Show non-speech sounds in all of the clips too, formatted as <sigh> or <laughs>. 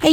Hey,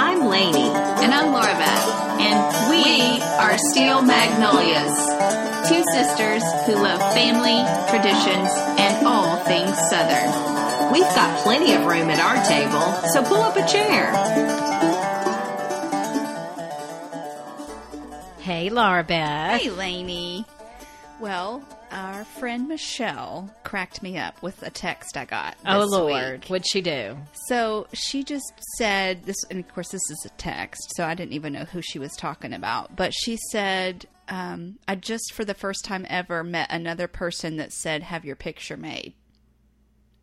I'm Lainey. And I'm Laura Beth. And we, are Steel Magnolias, two sisters who love family, traditions, and all things Southern. We've got plenty of room at our table, so pull up a chair. Hey, Laura Beth. Hey, Lainey. Well, our friend Michelle cracked me up with a text I got. oh, this Lord. week. What'd she do? So she just said this, and of course, this is a text, so I didn't even know who she was talking about. But she said, um, I just for the first time ever met another person that said, Have your picture made.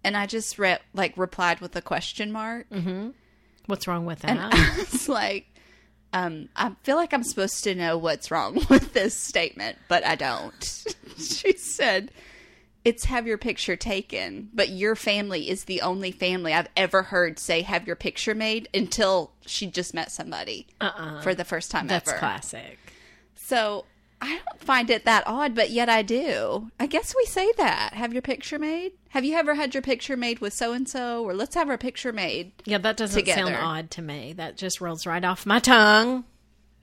And I just re- like replied with a question mark. What's wrong <laughs> with And that? I was like, um, I feel like I'm supposed to know what's wrong <laughs> with this statement, but I don't. <laughs> she said, It's have your picture taken, but your family is the only family I've ever heard say have your picture made until she just met somebody Uh-uh. for the first time That's ever. classic. So I don't find it that odd, but yet I do. I guess we say that. Have your picture made? Have you ever had your picture made with so and so? Or let's have our picture made. Yeah, that doesn't sound Together. odd to me. That just rolls right off my tongue.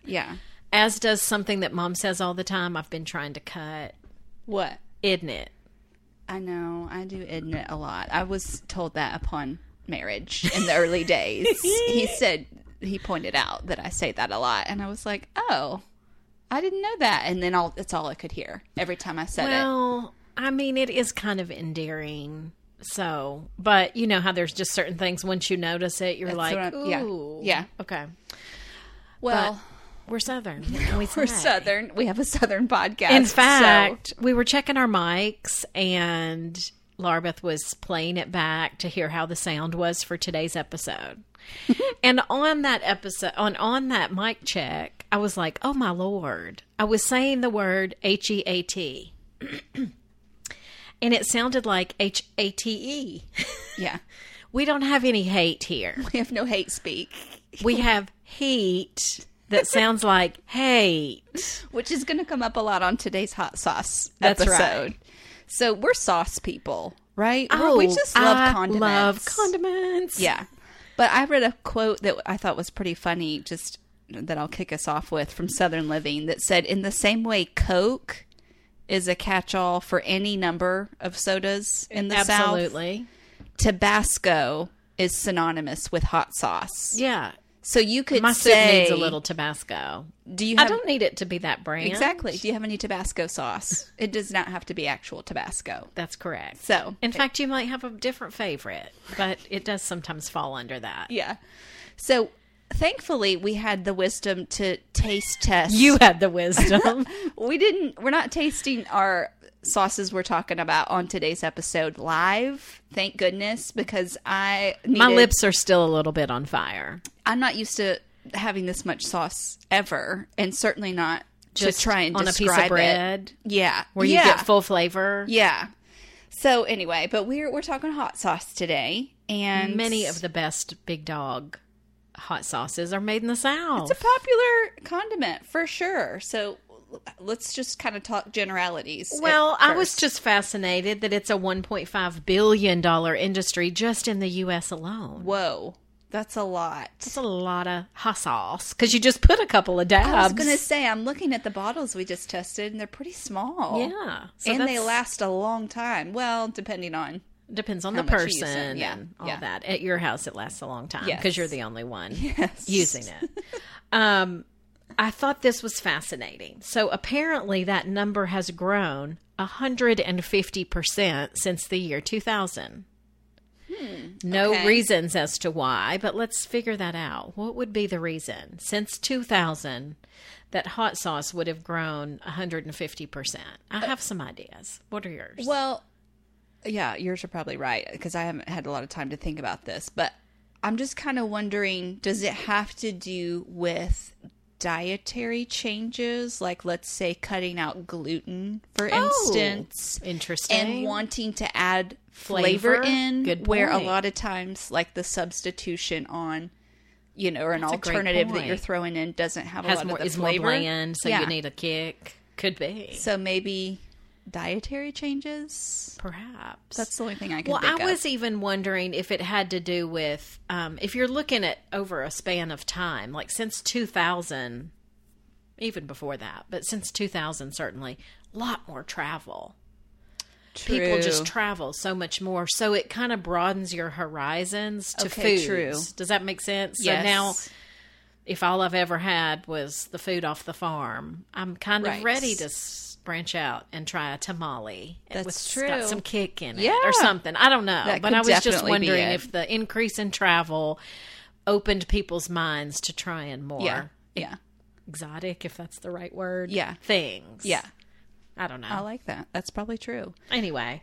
Yeah. As does something that mom says all the time I've been trying to cut. What? Isn't it? I know. I do admit a lot. I was told that upon marriage in the early days. <laughs> he said, he pointed out that I say that a lot. And I was like, oh, I didn't know that. And then all that's all I could hear every time I said it. Well, I mean, it is kind of endearing. So, but you know how there's just certain things once you notice it, you're That's like, what I- yeah. ooh. Yeah. Okay. Well, <laughs> We're Southern. What can we we're say? Southern. We have a Southern podcast. In so- fact, we were checking our mics and Larbeth was playing it back to hear how the sound was for today's <laughs> episode. and on that episode on on that mic check, I was like, "Oh my lord." I was saying the word H E A T. <clears throat> And it sounded like H A T E. yeah, <laughs> We don't have any hate here. we have no hate speak, <laughs> We have heat that sounds like hate. which is going to come up a lot on today's hot sauce That's episode. right. So we're sauce people, right? We're- we Oh, just love I condiments. Love condiments. Yeah. But I read a quote that I thought was pretty funny, just that I'll kick us off with from Southern Living that said, in the same way Coke is a catch all for any number of sodas in the South, Absolutely. Tabasco is synonymous with hot sauce. Yeah. So you could My say, soup needs a little Tabasco. Do you I have don't need it to be that brand. exactly? Do you have any Tabasco sauce? it does not have to be actual Tabasco. That's correct. So in fact, you might have a different favorite, but it does sometimes fall under that. yeah. So thankfully, we had the wisdom to taste test. You had the <laughs> wisdom. we didn't we're not tasting our sauces we're talking about on today's episode live thank goodness because i needed, My lips are still a little bit on fire. i'm not used to having this much sauce ever and certainly not Just to try and on a piece of describe it. bread yeah where you yeah. get full flavor. yeah so anyway but we're we're talking hot sauce today and Many of the best big dog hot sauces are made in the South. it's a popular condiment for sure so let's just kind of talk generalities at well, I was first. just fascinated that it's a 1.5 billion dollar industry just in the US alone. whoa that's a lot That's a lot of hot sauce because you just put a couple of dabs. I was going to say, I'm looking at the bottles we just tested, and they're pretty small. yeah, So and they that's- last a long time. Well, depending on <laughs> Depends on How the much you use it, person yeah, and all yeah. that. At your house, it lasts a long time because Yes. you're the only one Yes. using it. um, I thought this was fascinating. So apparently, that number has grown 150% since the year 2000. No Hmm, okay. reasons as to why, but let's figure that out. What would be the reason since 2000 that hot sauce would have grown 150%? I have some ideas. What are yours? Uh, Well, yeah, yours are probably right because I haven't had a lot of time to think about this, but I'm just kind of wondering does it have to do with dietary changes? Like, let's say cutting out gluten, for Oh, instance, Interesting. and wanting to add flavor, Flavor? in, Good where a point. lot of times, like, the substitution on. You know, or an That's a great alternative that point. you're throwing in doesn't have a has lot more of the is flavor. more bland, so Yeah. you need a kick. Could be, So maybe dietary changes. perhaps. That's the only thing I can well. think I of. was even wondering if it had to do with um, if you're looking at over a span of time, like since 2000, even before that, but since 2000, certainly, a lot more travel. People just True. travel so much more, so it kind of broadens your horizons to Okay, foods. true. Does that make sense? So Yes. now if all I've ever had was the food off the farm, I'm kind Right. of ready to s- branch out and try a tamale. That's with, it's true. Got some kick in it Yeah. or something. I don't know, That but could I was just definitely be wondering it. if the increase in travel opened people's minds to trying more yeah, yeah, exotic, if that's the right word. Yeah. things. yeah. I don't know. I like that. That's probably true. anyway,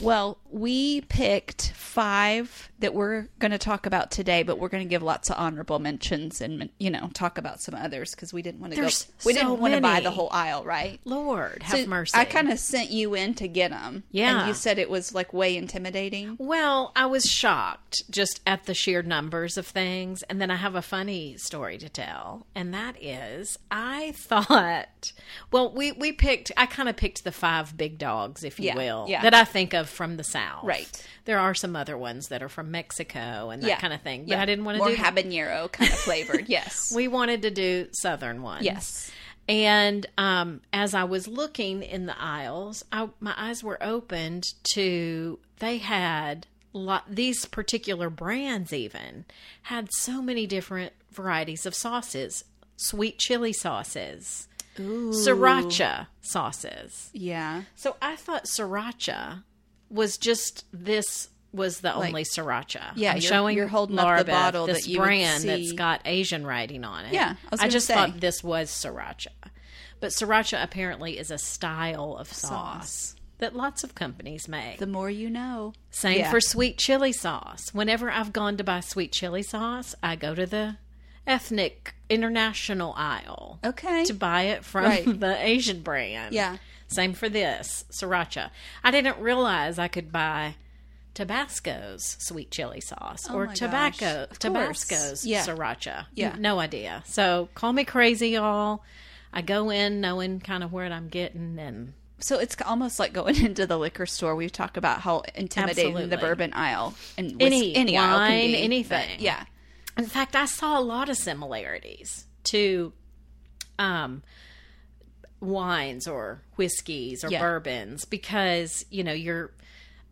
Well, we picked five that we're going to talk about today, but we're going to give lots of honorable mentions and you know talk about some others because we didn't want to go. There's We so didn't want to buy many. the whole aisle, right? Lord have So mercy. I kind of sent you in to get them. Yeah. and you said it was like way intimidating. Well, I was shocked just at the sheer numbers of things. And then I have a funny story to tell. And that is, I <laughs> thought, well, we, we picked, I kind of picked the five big dogs, if you Yeah, will, yeah. that I think of from the South. Right. There are some other ones that are from Mexico and that Yeah. kind of thing. But Yeah. I didn't want to more do that. habanero kind of <laughs> flavored. Yes, We wanted to do Southern ones. yes. And um, as I was looking in the aisles, I, my eyes were opened to they had lot, these particular brands even had so many different varieties of sauces, sweet chili sauces, sriracha sauces. Yeah, So I thought sriracha was just this was the only sriracha. yeah, I'm you're- showing you're holding up Laura the Beth bottle this that you would brand that's see. got Asian writing on it. Yeah, I was I, gonna just say. thought this was sriracha, but sriracha apparently is a style of sauce, that lots of companies make. the more you know. Same Yeah. for sweet chili sauce. Whenever I've gone to buy sweet chili sauce, I go to the ethnic international aisle Okay. to buy it from Right. <laughs> the Asian brand. Yeah. Same for this sriracha. I didn't realize I could buy Tabasco's sweet chili sauce or Oh my tobacco gosh. Of course. Tabasco's Yeah. sriracha. Yeah. No idea. So call me crazy, y'all. I go in knowing kind of what I'm getting and So it's almost like going <laughs> into the liquor store. We've talked about how intimidating the Absolutely. bourbon aisle and whis- Any aisle can wine, be, anything. but yeah, In fact, I saw a lot of similarities to um, wines or whiskeys or Yeah. bourbons because you know you're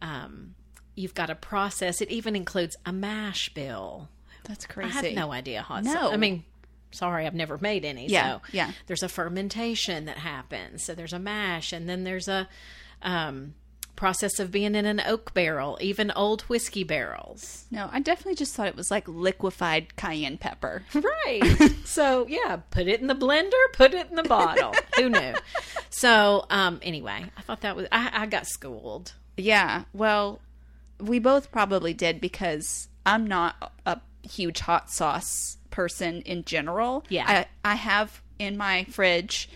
um, you've got to process. It even includes a mash bill. that's I crazy. had no idea how. No. I mean, sorry, I've never made any. Yeah, So yeah. there's a fermentation that happens. So there's a mash, and then there's a um, process of being in an oak barrel, even old whiskey barrels. No, I definitely just thought it was like liquefied cayenne pepper. <laughs> Right. so yeah, put it in the blender, put it in the bottle. Who knew? So um anyway, I thought that was I, I got schooled. yeah, well, we both probably did because I'm not a huge hot sauce person in general. Yeah. I, I have in my fridge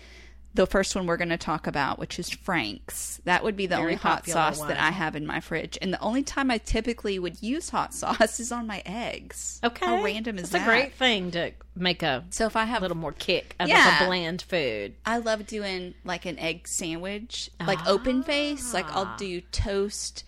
the first one we're going to talk about, which is Frank's. That would be the only hot popular sauce one. that I have in my fridge. And the only time I typically would use hot <laughs> sauce is on my eggs. Okay. How random is It's that? a great thing to make a So if I have little more kick out of Yeah. a bland food. I love doing like an egg sandwich, like open face. Like Ah. I'll do toast,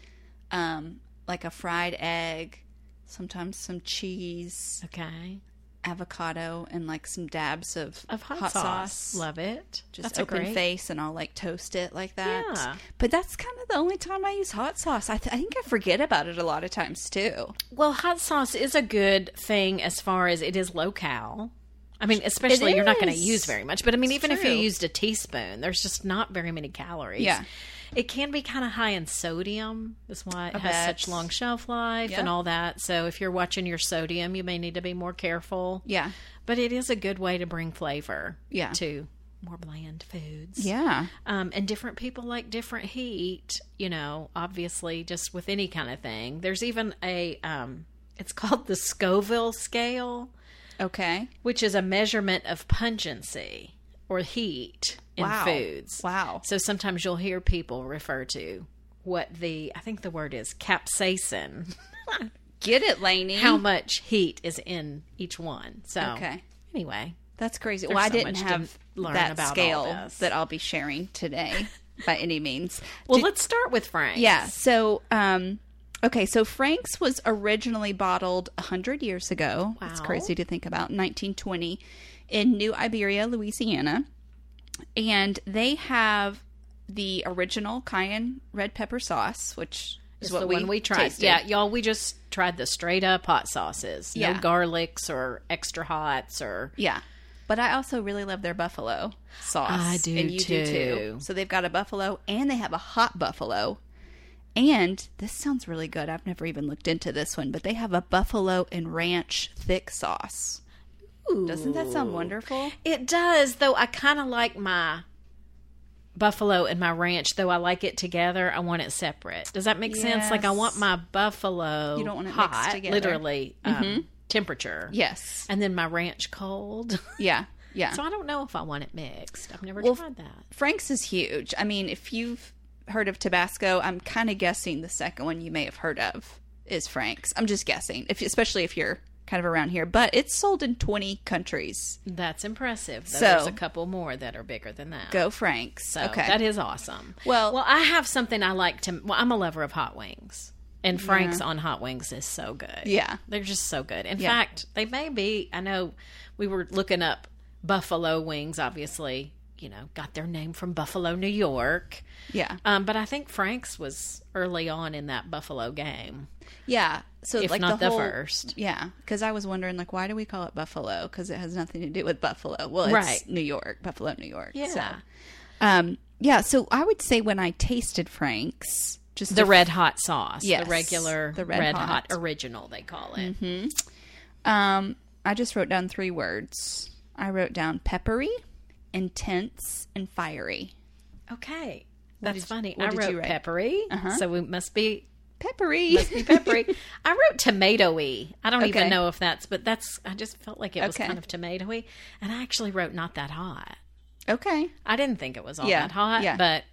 um, like a fried egg, sometimes some cheese. Okay. avocado and like some dabs of, of hot, sauce. Love it. Just That's a open great- face and I'll like toast it like that. Yeah. But that's kind of the only time I use hot sauce. I, th- I think I forget about it a lot of times too. Well, hot sauce is a good thing as far as it is low cal. I mean, especially you're not going to is. use very much, but I mean, even if you true. used a teaspoon, there's just not very many calories. Yeah. It can be kind of high in sodium. That's why it I has bet. such long shelf life and Yeah. all that. So if you're watching your sodium, you may need to be more careful. Yeah. But it is a good way to bring flavor Yeah. to more bland foods. Yeah. Um, and different people like different heat, you know, obviously, just with any kind of thing. There's even a, um, it's called the Scoville scale, Okay. which is a measurement of pungency or heat in Wow. foods. Wow. So sometimes you'll hear people refer to what the, I think the word is capsaicin, <laughs> Get it, Lainey. how much heat is in each one. So, Okay. anyway, That's crazy. well, I so didn't much to have learn that about all scale this. that I'll be sharing today <laughs> by any means. well, let's start with Frank. Yeah. So, um, okay. So Frank's was originally bottled 100 years ago. It's Wow. crazy to think about. 1920 in New Iberia, Louisiana. And they have the original cayenne red pepper sauce, which is is what the we, one we tried. tasted. Yeah, y'all, we just tried the straight up hot sauces. No Yeah. garlics or extra hots or Yeah. But I also really love their buffalo sauce. I do and you do too. too. So they've got a buffalo and they have a hot buffalo. And this sounds really good. I've never even looked into this one, but they have a buffalo and ranch thick sauce. Doesn't that sound wonderful? It does, though I kind of like my buffalo and my ranch, though I like it together. I want it separate. Does that make sense? Like I want Yes. my buffalo You don't want it mixed hot, together. Mm-hmm. literally um, temperature. Yes. And then my ranch cold. <laughs> Yeah. Yeah. so I don't know if I want it mixed. I've never Well, tried that. Frank's is huge. I mean, if you've heard of Tabasco, I'm kind of guessing the second one you may have heard of is Frank's. I'm just guessing, if especially if you're kind of around here. But it's sold in 20 countries. That's impressive. Though So- there's a couple more that are bigger than that. Go Frank's. So okay. that is awesome. Well- well, I have something I like to. Well, I'm a lover of hot wings, and Frank's on hot wings is so good. Mm-hmm. Yeah. they're just so good. In Yeah. fact, they may be. I know we were looking up buffalo wings. Obviously, you know, got their name from Buffalo, New York. yeah. Um, but I think Frank's was early on in that buffalo game, Yeah. So if like not the, the, whole, first. Yeah, because I was wondering like why do we call it Buffalo? Because it has nothing to do with Buffalo. Well, it's Right. New York, Buffalo, New York. Yeah, So, um, yeah. So I would say when I tasted Frank's, just the a- red hot sauce. Yes, the regular the red red, hot. hot. original. They call it. um, I just wrote down three words. I wrote down peppery, intense, and fiery. Okay. That's did- funny. what I did wrote you Uh-huh. write? peppery, so we must be Peppery. <laughs> must be peppery. I wrote tomatoey. I don't Okay. even know if that's, but that's. I just felt like it was Okay. kind of tomatoey, and I actually wrote not that hot. okay. I didn't think it was all Yeah, that hot, yeah. but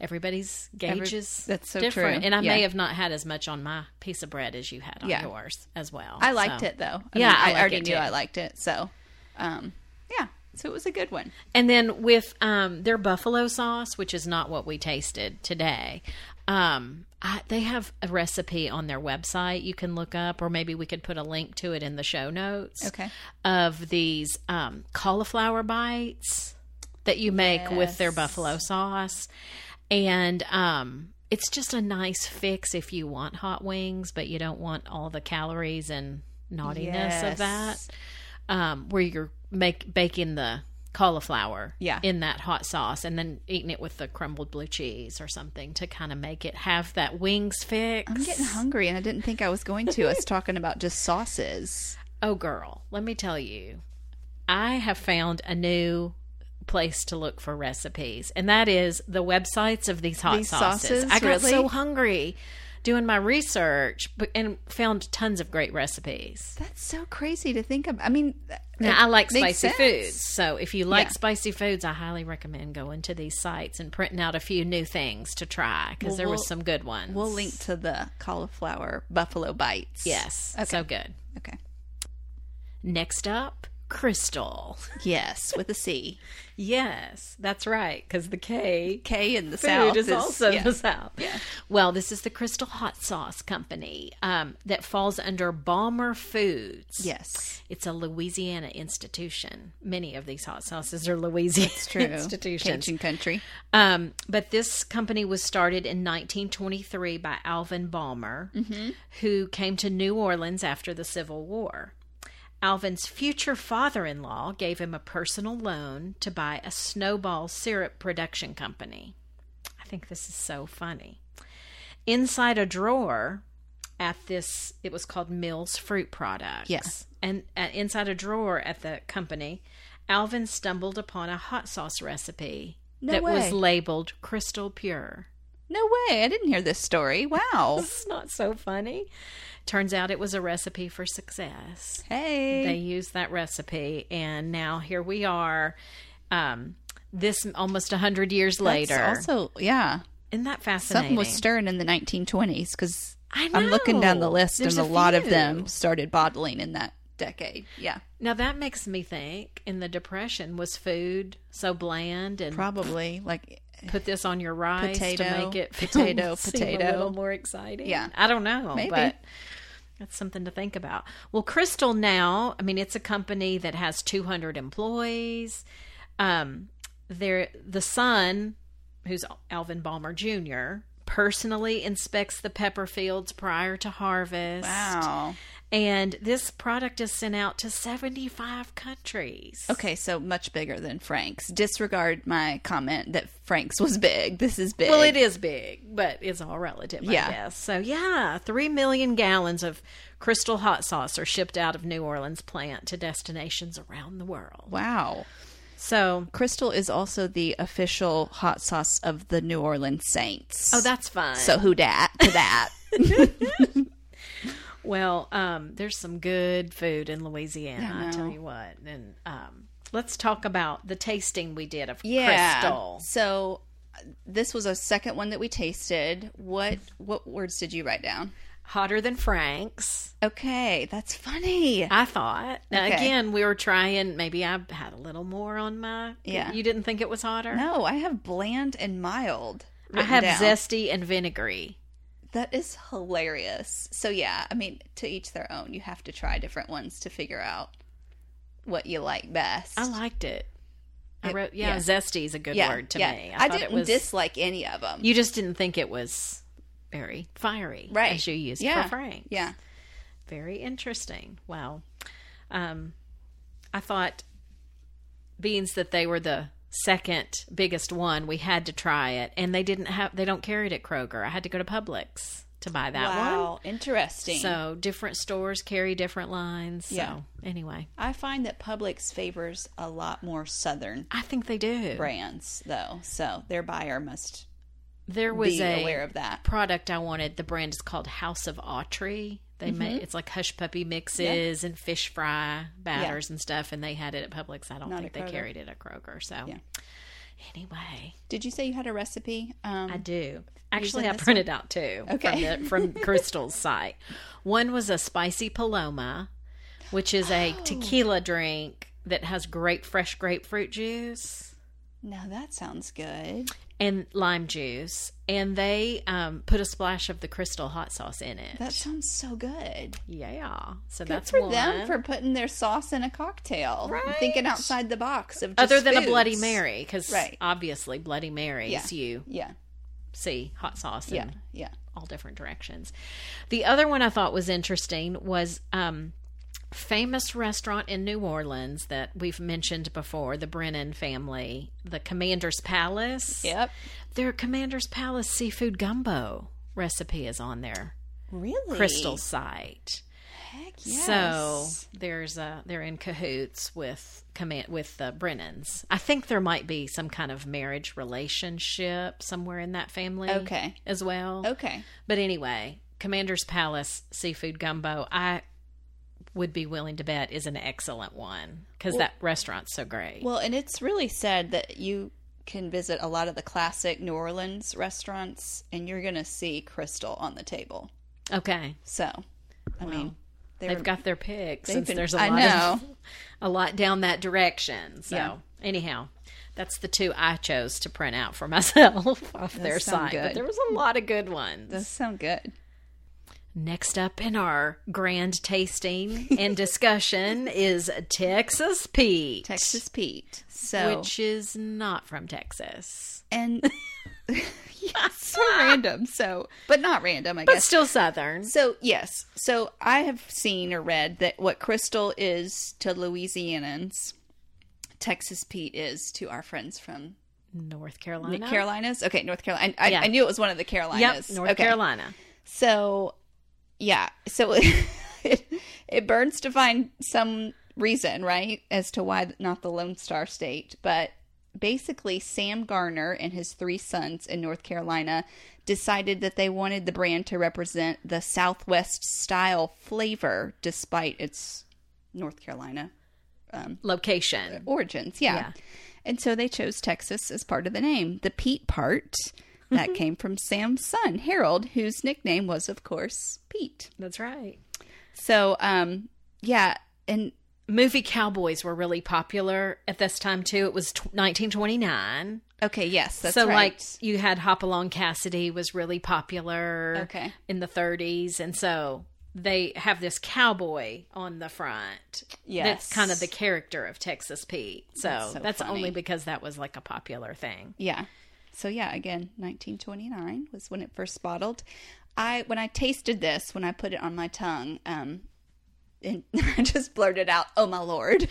everybody's gauge Every- is that's so different, true. and I may Yeah. have not had as much on my piece of bread as you had on Yeah. yours as well. I liked so. it though. I Yeah, I I, like already it, knew too. I liked it. So, um, yeah. So it was a good one. And then with um, their buffalo sauce, which is not what we tasted today, um, I, they have a recipe on their website you can look up, or maybe we could put a link to it in the show notes Okay. of these um, cauliflower bites that you make with their buffalo sauce. And um, it's just a nice fix if you want hot wings, but you don't want all the calories and naughtiness Yes. of that um, where you're make baking the cauliflower Yeah. in that hot sauce and then eating it with the crumbled blue cheese or something to kind of make it have that wings fix. I'm getting hungry, and I didn't think I was going to. Us talking about just sauces. oh girl, let me tell you. I have found a new place to look for recipes and that is the websites of these hot These sauces. sauces, I got really? so hungry doing my research but, and found tons of great recipes. <laughs> That's so crazy to think of. I mean, th- Now, I like makes sense. spicy foods. So if you like Yeah. spicy foods, I highly recommend going to these sites and printing out a few new things to try because Well, there were we'll- some good ones. We'll link to the cauliflower buffalo bites. Oh, Yes. Okay. So good. Okay. Next up, crystal. <laughs> Yes, with a C. Yes, that's right. Because the K <laughs> K in the food South is, <laughs> also yeah. the South. Well, this is the Crystal Hot Sauce Company um, that falls under Balmer Foods. Yes, It's a Louisiana institution. Many of these hot sauces are Louisiana <laughs> institutions. Cajun country. Um, but this company was started in 1923 by Alvin Balmer, who came to New Orleans after the Civil War. Alvin's future father in law gave him a personal loan to buy a snowball syrup production company. I think this is so funny. Inside a drawer at this, it was called Mills Fruit Products. Yes. And uh, inside a drawer at the company, Alvin stumbled upon a hot sauce recipe No that way. was labeled crystal pure. No way! I didn't hear this story. <laughs> Wow. It's not so funny. Turns out it was a recipe for success. Hey. They used that recipe, and now here we are. Um, this almost a hundred years That's later. also, yeah, Isn't that fascinating? something was stirring in the 1920s because I I'm looking down the know. list, There's and a, lot of few. them started bottling in that decade. Yeah, Now that makes me think. In the Depression, was food so bland and probably like put this on your rice to Potato, make <laughs> it potato, seem potato. a little more exciting. Yeah. I don't know, Maybe. but that's something to think about. Well, Crystal now, I mean, it's a company that has 200 employees. Um, they're, the son, who's Alvin Balmer Jr., personally inspects the pepper fields prior to harvest. wow. And this product is sent out to 75 countries. Okay, so much bigger than Frank's. Disregard my comment that Frank's was big. This is big. Well, it is big, but it's all relative, Yeah. I guess. So, yeah, 3 million gallons of crystal hot sauce are shipped out of New Orleans plant to destinations around the world. Wow. So, Crystal is also the official hot sauce of the New Orleans Saints. oh, that's fun. so who dat to that? <laughs> well, um, there's some good food in Louisiana, I, tell you what. And um, let's talk about the tasting we did of crystal. So uh, this was a second one that we tasted. What what words did you write down? Hotter than Frank's. Okay, that's funny. I thought. Now, Okay. Again, we were trying. Maybe I had a little more on my. Yeah. You didn't think it was hotter? No, I have bland and mild. I written have down. zesty and vinegary. That is hilarious. So yeah, I mean, to each their own. You have to try different ones to figure out what you like best. I liked it. I It- wrote, yeah, yeah. zesty is a good word to me. I, thought didn't it was, dislike any of them. You just didn't think it was very fiery, Right. As you used yeah. for Frank. Yeah. Very interesting. Wow. Um, I thought beans that they were the second biggest one. We had to try it, and they didn't have. They don't carry it at Kroger. I had to go to Publix to buy that one. wow. Interesting. So different stores carry different lines. So Yeah. anyway, I find that Publix favors a lot more Southern I think they do. brands, though. So their buyer must There was be a aware of that. product I wanted. The brand is called House of Autry. They Mm-hmm. make it's like hush puppy mixes and fish fry batters and stuff, and they had it at Publix. I don't Not think at they Kroger. carried it at Kroger. So Yeah. anyway, Did you say you had a recipe? Um, I do. Actually, Using I this printed out two Okay. from, the, <laughs> from Crystal's site. One was a spicy paloma, which is a Oh. tequila drink that has great fresh grapefruit juice. no, that sounds good. and lime juice, and they um, put a splash of the crystal hot sauce in it. That sounds so good. yeah. So Good that's for one. them for putting their sauce in a cocktail. Right? Thinking outside the box of just other than a foods. Bloody Mary, because Right. obviously Bloody Marys Yeah. you Yeah. see hot sauce Yeah. in Yeah. all different directions. The other one I thought was interesting was um, famous restaurant in New Orleans that we've mentioned before, the Brennan family, the Commander's Palace. Yep. Their Commander's Palace seafood gumbo recipe is on there. Really? crystal site. Heck yes. So there's a they're in cahoots with command with the Brennans. I think there might be some kind of marriage relationship somewhere in that family. Okay. Oh. as well. Okay. But anyway, Commander's Palace seafood gumbo. I would be willing to bet is an excellent one because that restaurant's so great. Well, and it's really said that you can visit a lot of the classic New Orleans restaurants and you're going to see crystal on the table. okay. So, I mean, They're, They've got their picks they've since been- there's a I lot know. of <laughs> a lot down that direction. So Yeah. anyhow, that's the two I chose to print out for <laughs> myself off their sound site. But good. there was a lot of good ones. those sound good. Next up in our grand tasting and <laughs> discussion is Texas Pete. Texas Pete. So Which is not from Texas, <laughs> and <laughs> yeah, so random. So, but not random, I but guess. still Southern. So yes, so I have seen or read that what Crystal is to Louisianans, Texas Pete is to our friends from North the Carolina. Carolinas. Okay, North Carolina. I, I- Yeah. I knew it was one of the Yep, Carolinas. North Okay. Carolina. So, yeah, so <laughs> it, it burns to find some reason, right, as to why not the Lone Star State. But basically, Sam Garner and his three sons in North Carolina decided that they wanted the brand to represent the Southwest style flavor despite its North Carolina Location. origins. Yeah. Yeah. And so they chose Texas as part of the name. The Pete part that came from Sam's son, Harold, whose nickname was, of course, Pete. That's right. So, um, yeah, and Movie cowboys were really popular at this time too. It was t- 1929. okay, yes, that's so right. like you had Hop Along Cassidy was really popular Okay. in the 30s and so they have this cowboy on the front. Yes. That's kind of the character of Texas Pete. So That's that's, so funny. only because that was like a popular thing. Yeah. So yeah, again, 1929 was when it first bottled. I when I tasted this, when I put it on my tongue, um, <laughs> and I just blurted out, "Oh my <laughs> lord!"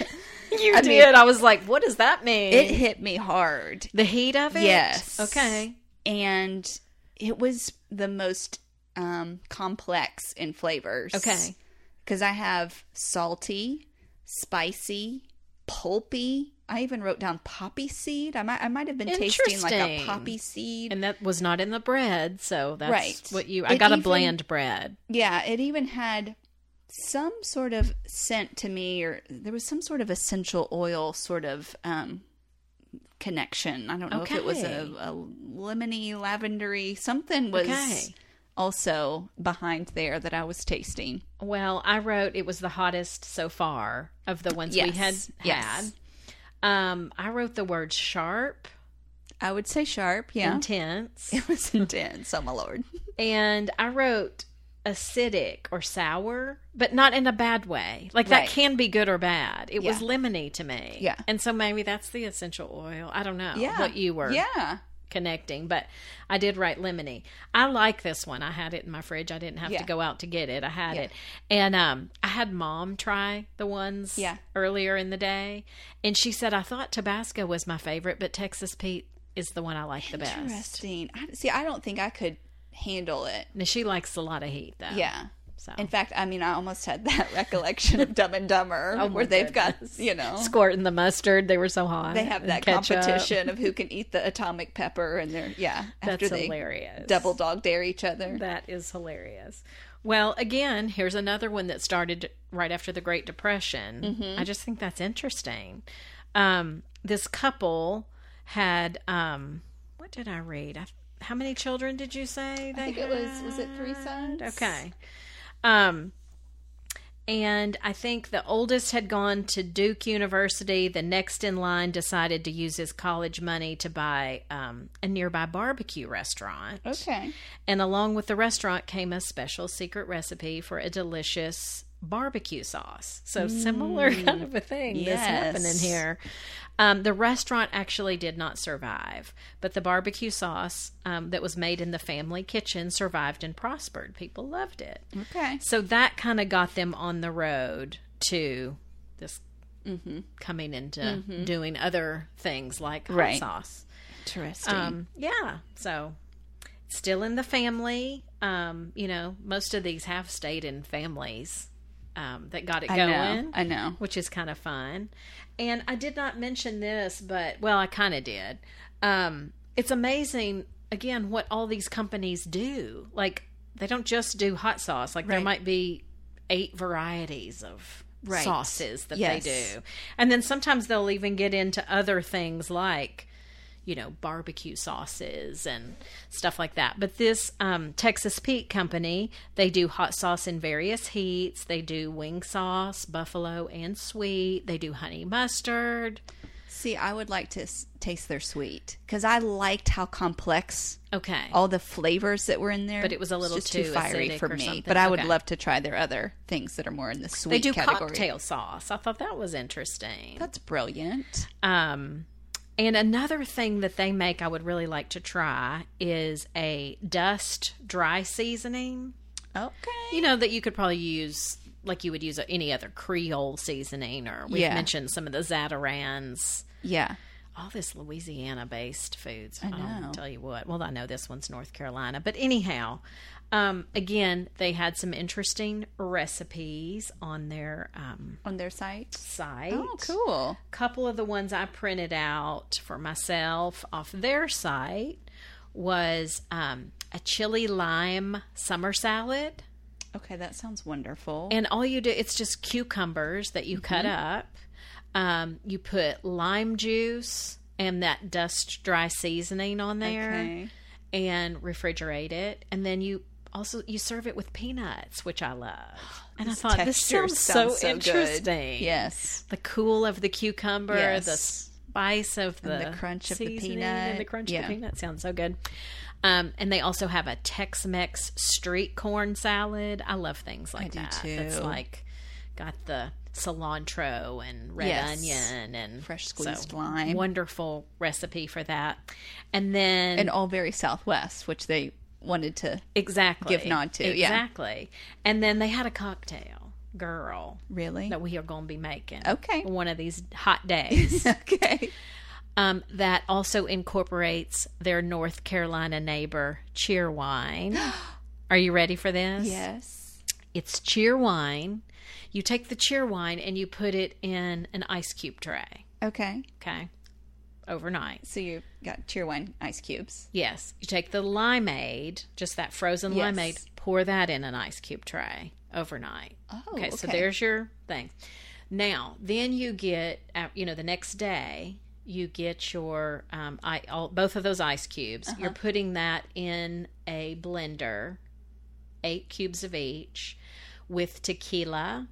You I mean- did. I was like, what does that mean? It hit me hard. the heat of it? Yes. Okay. and it was the most um, complex in flavors. Okay. Because I have salty, spicy, pulpy. I even wrote down poppy seed. I might, I might have been tasting like a Interesting. poppy seed. And that was not in the bread, so that's Right. what you I It got a even- bland bread. yeah, it even had some sort of scent to me, or there was some sort of essential oil sort of um, connection. I don't know if it was a, Okay. a lemony, lavendery, something was Okay. also behind there that I was tasting. Well, I wrote it was the hottest so far of the ones we had Yes, yes. had. Um, I wrote the words sharp, I would say sharp, yeah. intense, <laughs> It was intense, oh my lord. and I wrote acidic or sour, but not in a bad way. Like Right. that can be good or bad. It was Yeah. lemony to me. Yeah. And so maybe that's the essential oil. I don't know what you were Yeah. connecting, but I did write lemony. I like this one. I had it in my fridge. I didn't have Yeah. to go out to get it. I had Yeah. it. And um I had mom try the ones Yeah. earlier in the day and she said I thought Tabasco was my favorite, but Texas Pete is the one I like the best. Interesting. I, see, I don't think I could handle it. Now she likes a lot of heat though. Yeah. So In fact, I mean, I almost had that <laughs> recollection of Dumb and Dumber, Oh, my where they've got, you know, squirting the mustard, they were so hot. they have and that ketchup. competition of who can eat the atomic pepper, and they're yeah, That's after they hilarious. double dog dare each other. That is hilarious. Well, again, here's another one that started right after the Great Depression. Mm-hmm. I just think that's interesting. Um, this couple had um, what did I read? I, how many children did you say? They I think it was was it three sons? Okay. Um and I think the oldest had gone to Duke University. The next in line decided to use his college money to buy um, a nearby barbecue restaurant. Okay. And along with the restaurant came a special secret recipe for a delicious barbecue sauce. So similar <laughs> kind of a thing is happening Mm. Yes. here. Um, the restaurant actually did not survive, but the barbecue sauce um, that was made in the family kitchen survived and prospered. People loved it. Okay. So that kind of got them on the road to this Mm-hmm. coming into doing other things like hot Right. sauce. Interesting. Um, yeah. So still in the family. Um, you know, most of these have stayed in families um, that got it I going, know. I know. which is kind of fun. And I did not mention this, but well, I kind of did. Um, it's amazing again what all these companies do. Like they don't just do hot sauce. Like there Right. might be eight varieties of Right. sauces that Yes. they do. And then sometimes they'll even get into other things like, you you know, barbecue sauces and stuff like that. But this um, Texas Pete Company, they do hot sauce in various heats. They do wing sauce, buffalo, and sweet. They do honey mustard. See, I would like to s- taste their sweet because I liked how complex Okay. all the flavors that were in there. But it was a little It's just too acidic for or me. something. But I would Okay. love to try their other things that are more in the sweet they do category. cocktail sauce. I thought that was interesting. That's brilliant. Um, and another thing that they make I would really like to try is a dust dry seasoning. Uh, Okay. You know, that you could probably use like you would use any other Creole seasoning, or we've Yeah. mentioned some of the Zatarans. Yeah. All this Louisiana based foods. I know. tell you what. Well, I know this one's North Carolina, but anyhow, um, again, they had some interesting recipes on their um, On their site. site Oh, cool. couple of the ones I printed out for myself off their site was um, a chili lime summer salad. Okay, that sounds wonderful. And all you do, it's just cucumbers that you cut up. Um, you put lime juice and that dust dry seasoning on there okay. and refrigerate it. And then you also you serve it with peanuts, which I love. And I thought this Texture sounds, so, good. interesting. Yes. the cool of the cucumber, the Yes. spice of the, the crunch of the seasoning peanut. and the crunch Yeah. of the peanut sounds so good. Um, and they also have a Tex-Mex street corn salad. I love things like do that. It's too. like got the cilantro and red Yes. onion and Fresh so, squeezed lime. Wonderful recipe for that. And then And all very Southwest, which they wanted to exactly give nod to, yeah. exactly. And then they had a cocktail, girl, really. <laughs> that we are going to be making. Okay. one of these hot days. okay. um, that also incorporates their North Carolina neighbor, Cheerwine. Are you ready for this? Yes. It's Cheerwine. You take the Cheerwine and you put it in an ice cube tray, Okay. okay? Overnight. So you got tier one ice cubes. Yes. You take the limeade, just that frozen Yes. limeade, pour that in an ice cube tray overnight. Oh, okay, so there's your thing. Now, then you get, uh, you know, the next day you get your um, I, all, both of those ice cubes. Uh-huh. You're putting that in a blender, eight cubes of each, with tequila.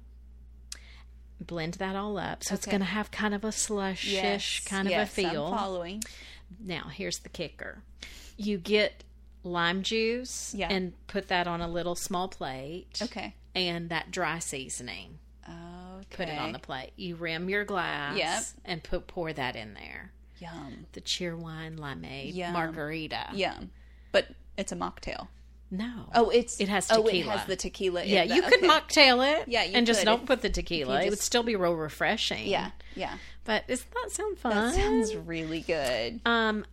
Blend that all up, so it's Okay. going to have kind of a slushish Yes, kind yes, of a feel. I'm following. Now, here's the kicker. You get lime juice Yeah. and put that on a little small plate Okay. and that dry seasoning. Okay. Put it on the plate. You rim your glass Yep. and put pour that in there. yum. The cheer wine limeade Yum. margarita. Yum. But it's a mocktail. No. Oh, it's It has Oh, it tequila. has the tequila. in yeah, the- you could okay. mocktail it. Yeah, you and just could. don't If- put the tequila. it would just- still be real refreshing. Yeah, yeah. but doesn't that sound That fun? sounds really good. Um,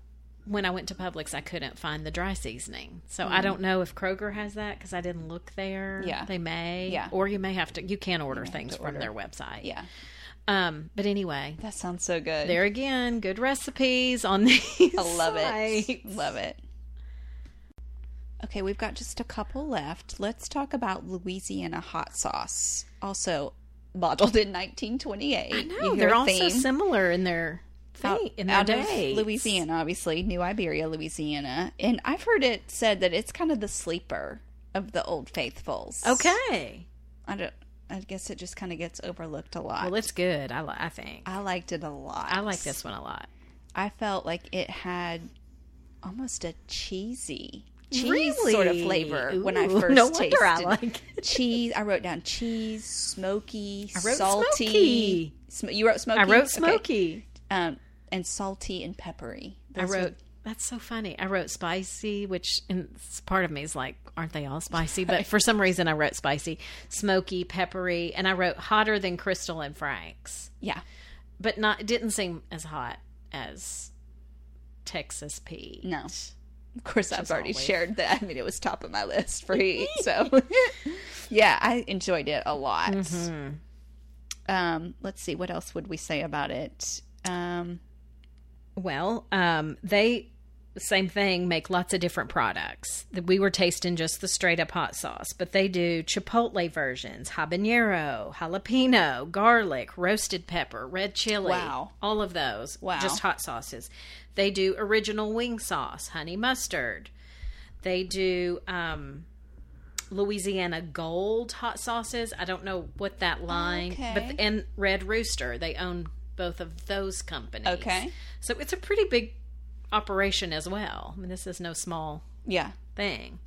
when I went to Publix, I couldn't find the dry seasoning, so I don't know if Kroger has that because I didn't look there. Mm. Yeah. they may. Yeah. or you may have to. You can order things from their website. Yeah, Um, but anyway, that sounds so good. there again, good recipes on <laughs> these. I love it. sites. Love it. Okay, we've got just a couple left. Let's talk about Louisiana hot sauce, also bottled in 1928. I You hear know they're a also theme. similar in their out, thing, in their out of day. Louisiana, obviously, New Iberia, Louisiana. And I've heard it said that it's kind of the sleeper of the old faithfuls. Okay, I don't I guess it just kind of gets overlooked a lot. well, it's good. I, li- I think I liked it a lot. I like this one a lot. I felt like it had almost a cheesy cheese sort of Really? flavor when I Ooh, first no tasted wonder I like it. cheese. I wrote down cheese, smoky, I wrote salty. smoky. Sm- you wrote smoky. I wrote Okay. smoky. Um, and salty and peppery. I Those were- wrote that's so funny. I wrote spicy, which and s- part of me is like, aren't they all spicy? <laughs> But for some reason, I wrote spicy, smoky, peppery, and I wrote hotter than Crystal and Frank's, yeah. but not it didn't seem as hot as Texas Pete. No. Of course, I've already always. shared that. I mean, it was top of my list <laughs> for heat. So, <laughs> yeah, I enjoyed it a lot. Mm-hmm. Um, let's see, what else would we say about it? Um, Well, um, they same thing, make lots of different products. That We were tasting just the straight up hot sauce, but they do chipotle versions, habanero, jalapeno, garlic, roasted pepper, red chili. Wow. All of those. Wow. Just hot sauces. They do original wing sauce, honey mustard. They do um, Louisiana Gold hot sauces. I don't know what that line, Okay. but and Red Rooster. They own both of those companies. Okay. So it's a pretty big operation as well. I mean, this is no small Yeah. thing.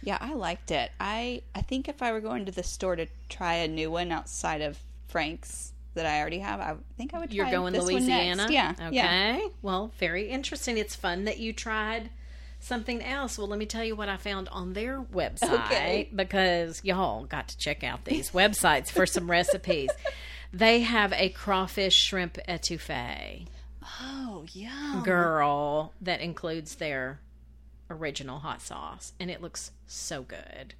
Yeah, I liked it. I I think if I were going to the store to try a new one outside of Frank's that I already have, I think I would. Try You're going this one next. Louisiana. Yeah. Okay. Yeah. Well, very interesting. It's fun that you tried something else. Well, let me tell you what I found on their website Okay. because y'all got to check out these <laughs> websites for some recipes. They have a crawfish shrimp etouffee, Oh yeah. girl, that includes their original hot sauce, and it looks so good.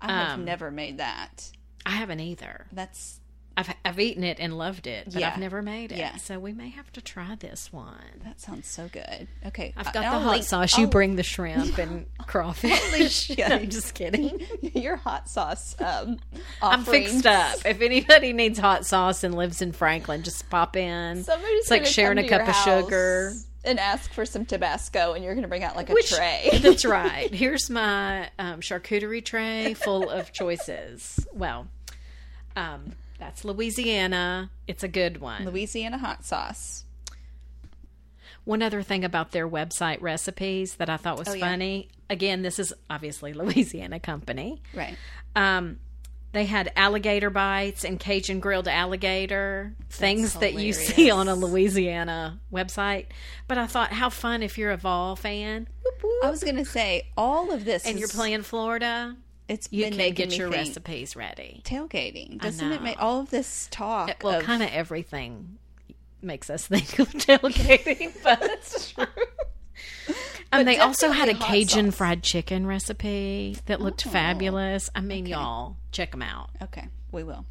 I have Um, never made that. I haven't either. That's I've I've eaten it and loved it, but Yeah. I've never made it. Yeah. So we may have to try this one. that sounds so good. Okay. I've got I'll the hot Uh, link- Oh. <laughs> sauce. You I'll- bring the shrimp <laughs> and crawfish. <laughs> I'm just kidding. your hot sauce. Um, I'm offerings. fixed up. If anybody needs hot sauce and lives in Franklin, just pop in. Somebody's it's like gonna sharing come to a cup your of sugar. house and ask for some Tabasco, and you're going to bring out like a Which- tray. <laughs> <laughs> that's right. Here's my um, charcuterie tray full of choices. Well, um, that's Louisiana. It's a good one. Louisiana hot sauce. One other thing about their website recipes that I thought was Oh, yeah. funny. Again, this is obviously <laughs> Louisiana company. Right. Um, they had alligator bites and Cajun grilled alligator things that you see on a Louisiana website. But I thought, how fun if you're a Vol fan whoop, whoop, I was going to say all of this, and is- you're playing Florida. It's You been can making get me your think, recipes ready. Tailgating doesn't it make all of this talk? Well, of, kind of everything makes us think of <laughs> tailgating, but <laughs> that's true. And they also had a definitely hot Cajun sauce. Oh, fried chicken recipe that looked fabulous. I mean, y'all, check them out. Okay, we will.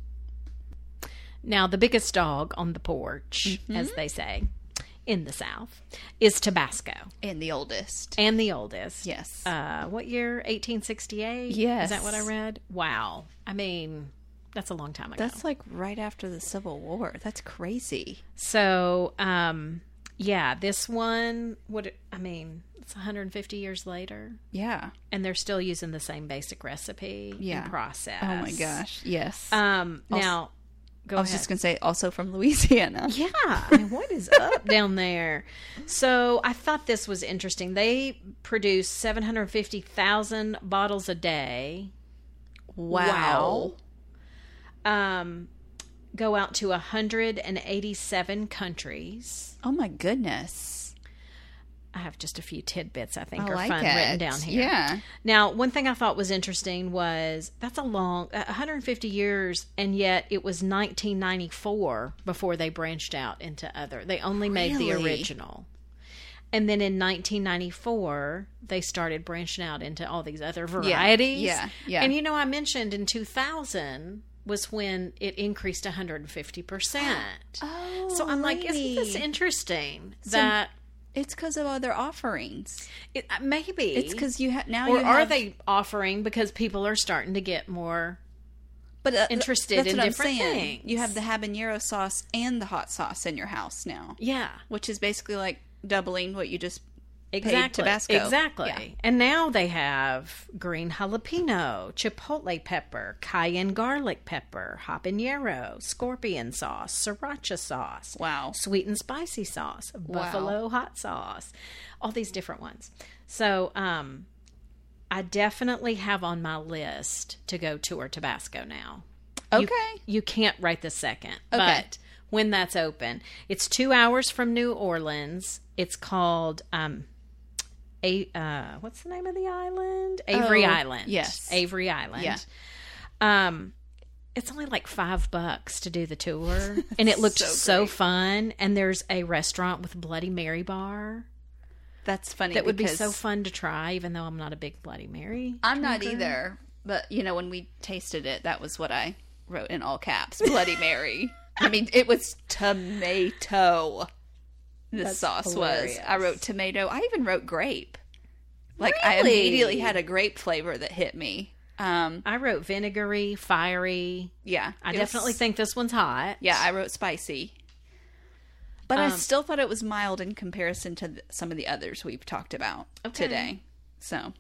Now, the biggest dog on the porch, Mm-hmm. as they say in the South, is Tabasco And the oldest. and the oldest. yes. Uh, what year? 1868? Is Yes. that what I read? Wow. I mean, that's a long time ago. That's like right after the Civil War. That's crazy. So, um, yeah, this one would I mean, it's 150 years later, Yeah. and they're still using the same basic recipe Yeah. and process. Oh my gosh. Yes. Um, now, go I was just going to say also from Louisiana. <laughs> yeah, I mean, what is up <laughs> down there? So I thought this was interesting. They produce 750,000 bottles a day. <laughs> Wow. Um, go out to 187 countries. Oh my goodness. I have just a few tidbits I think I are like fun it. written down here. Yeah. Now, one thing I thought was interesting was that's a long uh, 150 years and yet it was 1994 before they branched out into other. They only made the Really? original. And then in 1994, they started branching out into all these other varieties. yeah, yeah. And you know, I mentioned in 2000 was when it increased 150%. <gasps> Oh, so I'm like, isn't this lady. interesting that It's because of other offerings. it, uh, maybe It's because you ha- now or you are have- they offering because people are starting to get more but, uh, interested that's in what I'm different saying. You things? have the habanero sauce and the hot sauce in your house now, yeah which is basically like doubling what you just. exactly Tabasco. exactly Yeah. and now they have green jalapeno chipotle pepper cayenne garlic pepper habanero scorpion sauce sriracha sauce Wow. sweet and spicy sauce buffalo hot sauce all these different ones so um i definitely have on my list to go tour tabasco now Okay. you can't write the second Okay. but when that's open it's two hours from new orleans it's called um a uh what's the name of the island avery Oh, island yes. avery island Yeah. um it's only like five bucks to do <laughs> the tour and it looked so, So fun and there's a restaurant with bloody mary bar That's funny. that would be because so fun to try even though i'm not a big bloody mary I'm not either, but you know when we tasted it, that was what I wrote in all caps: Bloody Mary. I mean, it was tomato. this That's sauce was. I hilarious. wrote tomato. I even wrote grape. Like I immediately had a grape flavor that hit me. Um, I wrote vinegary, fiery. yeah, I it was- definitely think this one's hot. Yeah, I wrote spicy, but I Um, still thought it was mild in comparison to th- some of the others we've talked about Okay. today. So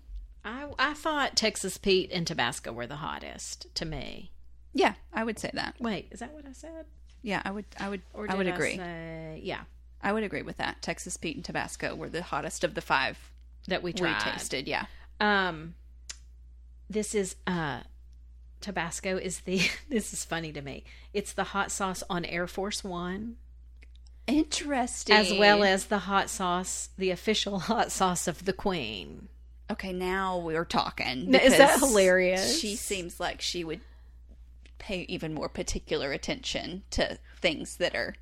I, I thought Texas Pete and Tabasco were the hottest to me. yeah, I would say that. Wait, is that what I said? Yeah, I would. I would. I did would agree. say- yeah, I would agree with that. Texas Pete and Tabasco were the hottest of the five that we we tried. tasted. Yeah. Um, this is uh, Tabasco is the. <laughs> This is funny to me. It's the hot sauce on Air Force One, Interesting. as well as the hot sauce, the official <laughs> hot sauce of the Queen. Okay, now we're talking. Now, is that because hilarious? She seems like she would pay even more particular attention to things that are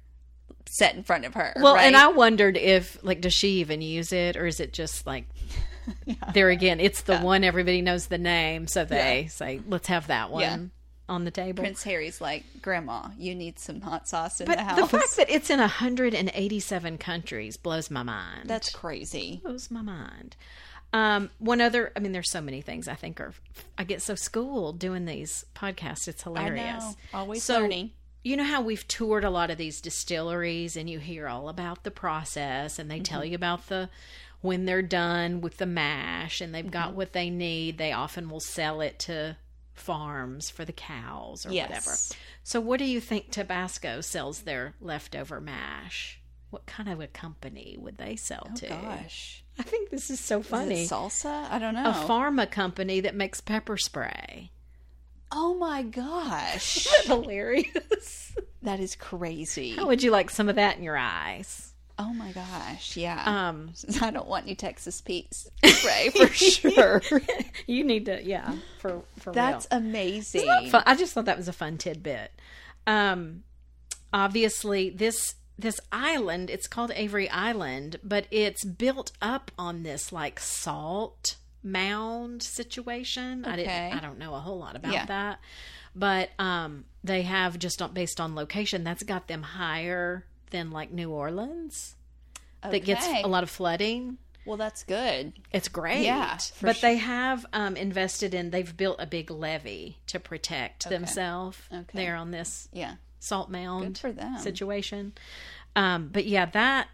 set in front of her. Well, and I right? wondered if, like, does she even use it, or is it <laughs> just like, there again, it's the one everybody knows the name, so they say, let's have that one Yeah. on the table. Prince Harry's like, Grandma, you need some hot sauce in but the house. the, fact that it's in 187 countries blows my <laughs> mind. That's crazy. blows my mind. Um, one other, I mean, there's so many things I think are, I get so schooled doing these podcasts. It's hilarious. Always So, learning. you know how we've toured a lot of these distilleries and you hear all about the process and they tell you about the when they're done with the mash and they've got what they need they often will sell it to farms for the cows or whatever Yes. so what do you think tabasco sells their leftover mash what kind of a company would they sell to Gosh. Oh, i think this is so funny Oh. Is it salsa? I don't know. a pharma company that makes pepper spray oh my gosh. <laughs> <laughs> hilarious that is crazy. how would you like some of that in your eyes Oh my gosh. Yeah. um <laughs> I don't want any Texas Pete <laughs> spray for sure. You need to, yeah, for for That's real. amazing. Isn't that fun? I just thought that was a fun tidbit. Um, obviously, this this island, it's called Avery Island, but it's built up on this like salt mound situation. I Okay. didn't, I don't know a whole lot about Yeah. that, but um, they have just on, based on location, that's got them higher than like New Orleans that gets Okay. a lot of flooding. Well, that's good. It's great. Yeah, for but sure. they have um, invested in, they've built a big levee to protect themselves Okay. there on this Yeah. salt Good mound for them. situation. Um, but yeah, that,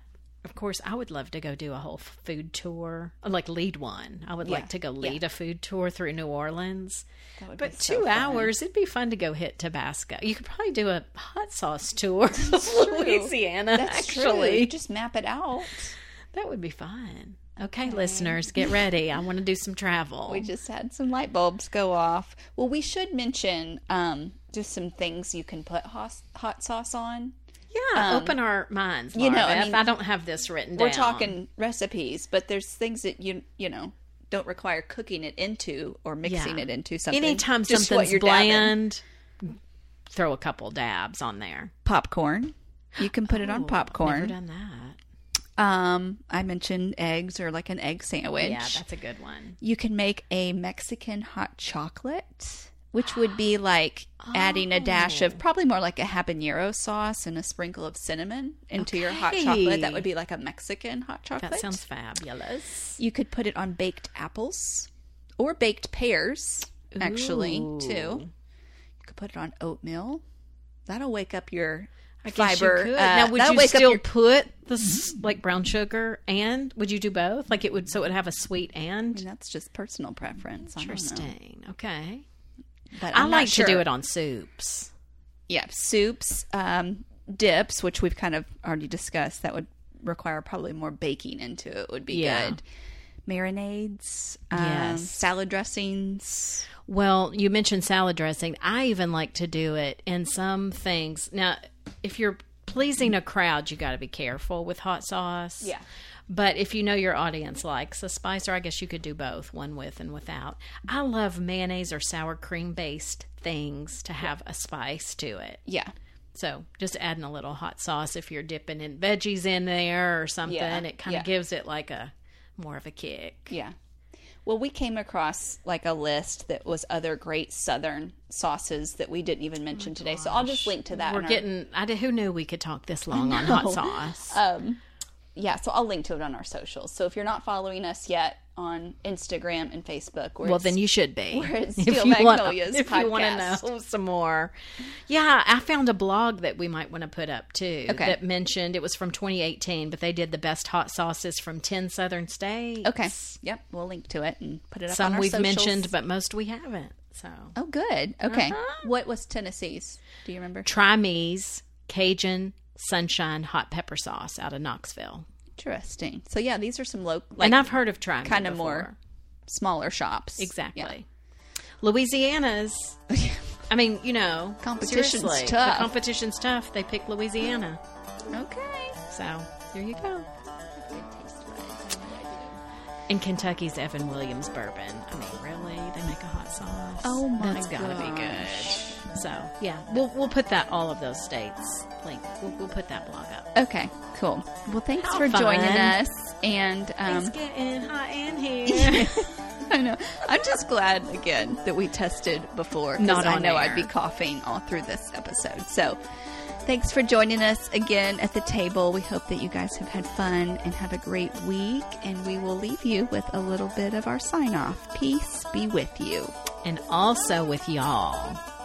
of course, I would love to go do a whole f- food tour, like lead one. I would Yeah, like to go lead a food tour through New Orleans. That would But be so two fun. hours, it'd be fun to go hit Tabasco. You could probably do a hot <laughs> sauce tour of Louisiana, That's actually. true. You just map it out. That would be fun. Okay, listeners, get ready. I want to do some travel. We just had some light bulbs go off. Well, we should mention um, just some things you can put hos- hot sauce on. yeah, open our minds. you um, You know, know, I I, mean, don't have this written down. We're talking recipes, but there's things that you you know don't require cooking it into or mixing Yeah. it into something. anytime Just what something's you're dabbing. bland, throw a couple dabs on there. popcorn. You can put it on Ooh, Never popcorn. done that. Um, I mentioned eggs or like an egg sandwich. Yeah, that's a good one. you can make a Mexican hot chocolate, which would be like adding a dash Oh. of probably more like a habanero sauce and a sprinkle of cinnamon into your hot chocolate. That Okay. would be like a Mexican hot chocolate. That sounds fabulous. you could put it on baked apples or baked pears, actually, too. Ooh. You could put it on oatmeal. That'll wake up your I guess you fiber. could. uh, now, would that'll you wake up still your- put the s- like brown sugar and would you do both? Like it would, so it would have a sweet and. And that's just personal preference. I don't Interesting. Okay. know. But i I'm not like to sure. do it on soups. Yeah, soups, um, dips, which we've kind of already discussed. That would require probably more baking into it. Would be Yeah. good. Marinades, um, Yes. salad dressings. Well, you mentioned salad dressing. I even like to do it in some things. Now, if you're pleasing a crowd, you got to be careful with hot sauce. Yeah. But if you know your audience likes a spice, or I guess you could do both, one with and without. I love mayonnaise or sour cream based things to have a spice to it. Yeah, So just adding a little hot sauce if you're dipping in veggies in there or something. Yeah, It kind of yeah. gives it like a more of a kick. yeah. Well, we came across like a list that was other great Southern sauces that we didn't even mention today. So I'll just link to that. Oh We're in our- getting. I di- who knew we could talk this long on hot sauce. um, yeah, so I'll link to it on our socials. So if you're not following us yet on Instagram and Facebook, where Well, it's- then you should be. We're at <laughs> If Steel you wanna- Magnolias If you want podcast. to know some more. Yeah, I found a blog that we might want to put up too Okay. that mentioned it was from 2018, but they did the best hot sauces from 10 southern states. okay, yep, we'll link to it and put it up. on Some our we've socials. mentioned, but most we haven't. So, oh, good. Okay, Uh-huh. what was Tennessee's? Do you remember? try me's Cajun Sunshine Hot Pepper Sauce out of Knoxville. Interesting. So yeah, these are some local, like and I've heard of try me kinda before. more- smaller shops. Exactly. Yeah. <laughs> Louisiana's. I mean, you know, Competition's seriously, tough. The competition's tough. They pick Louisiana, Okay. so there you go. And Kentucky's Evan Williams bourbon. I mean, really, they make a hot sauce. Oh my that's gotta gosh. be good. So yeah, we'll we'll put that all of those states. Like we'll, we'll put that blog up. Okay. Cool. Well, thanks How for joining fun. us. And um, it's getting hot in <laughs> here. <laughs> I know. I'm just glad again that we tested before. 'cause Not I on know I'd air. be coughing all through this episode. So, thanks for joining us again at the table. We hope that you guys have had fun and have a great week. And we will leave you with a little bit of our sign off. Peace be with you. and also with y'all.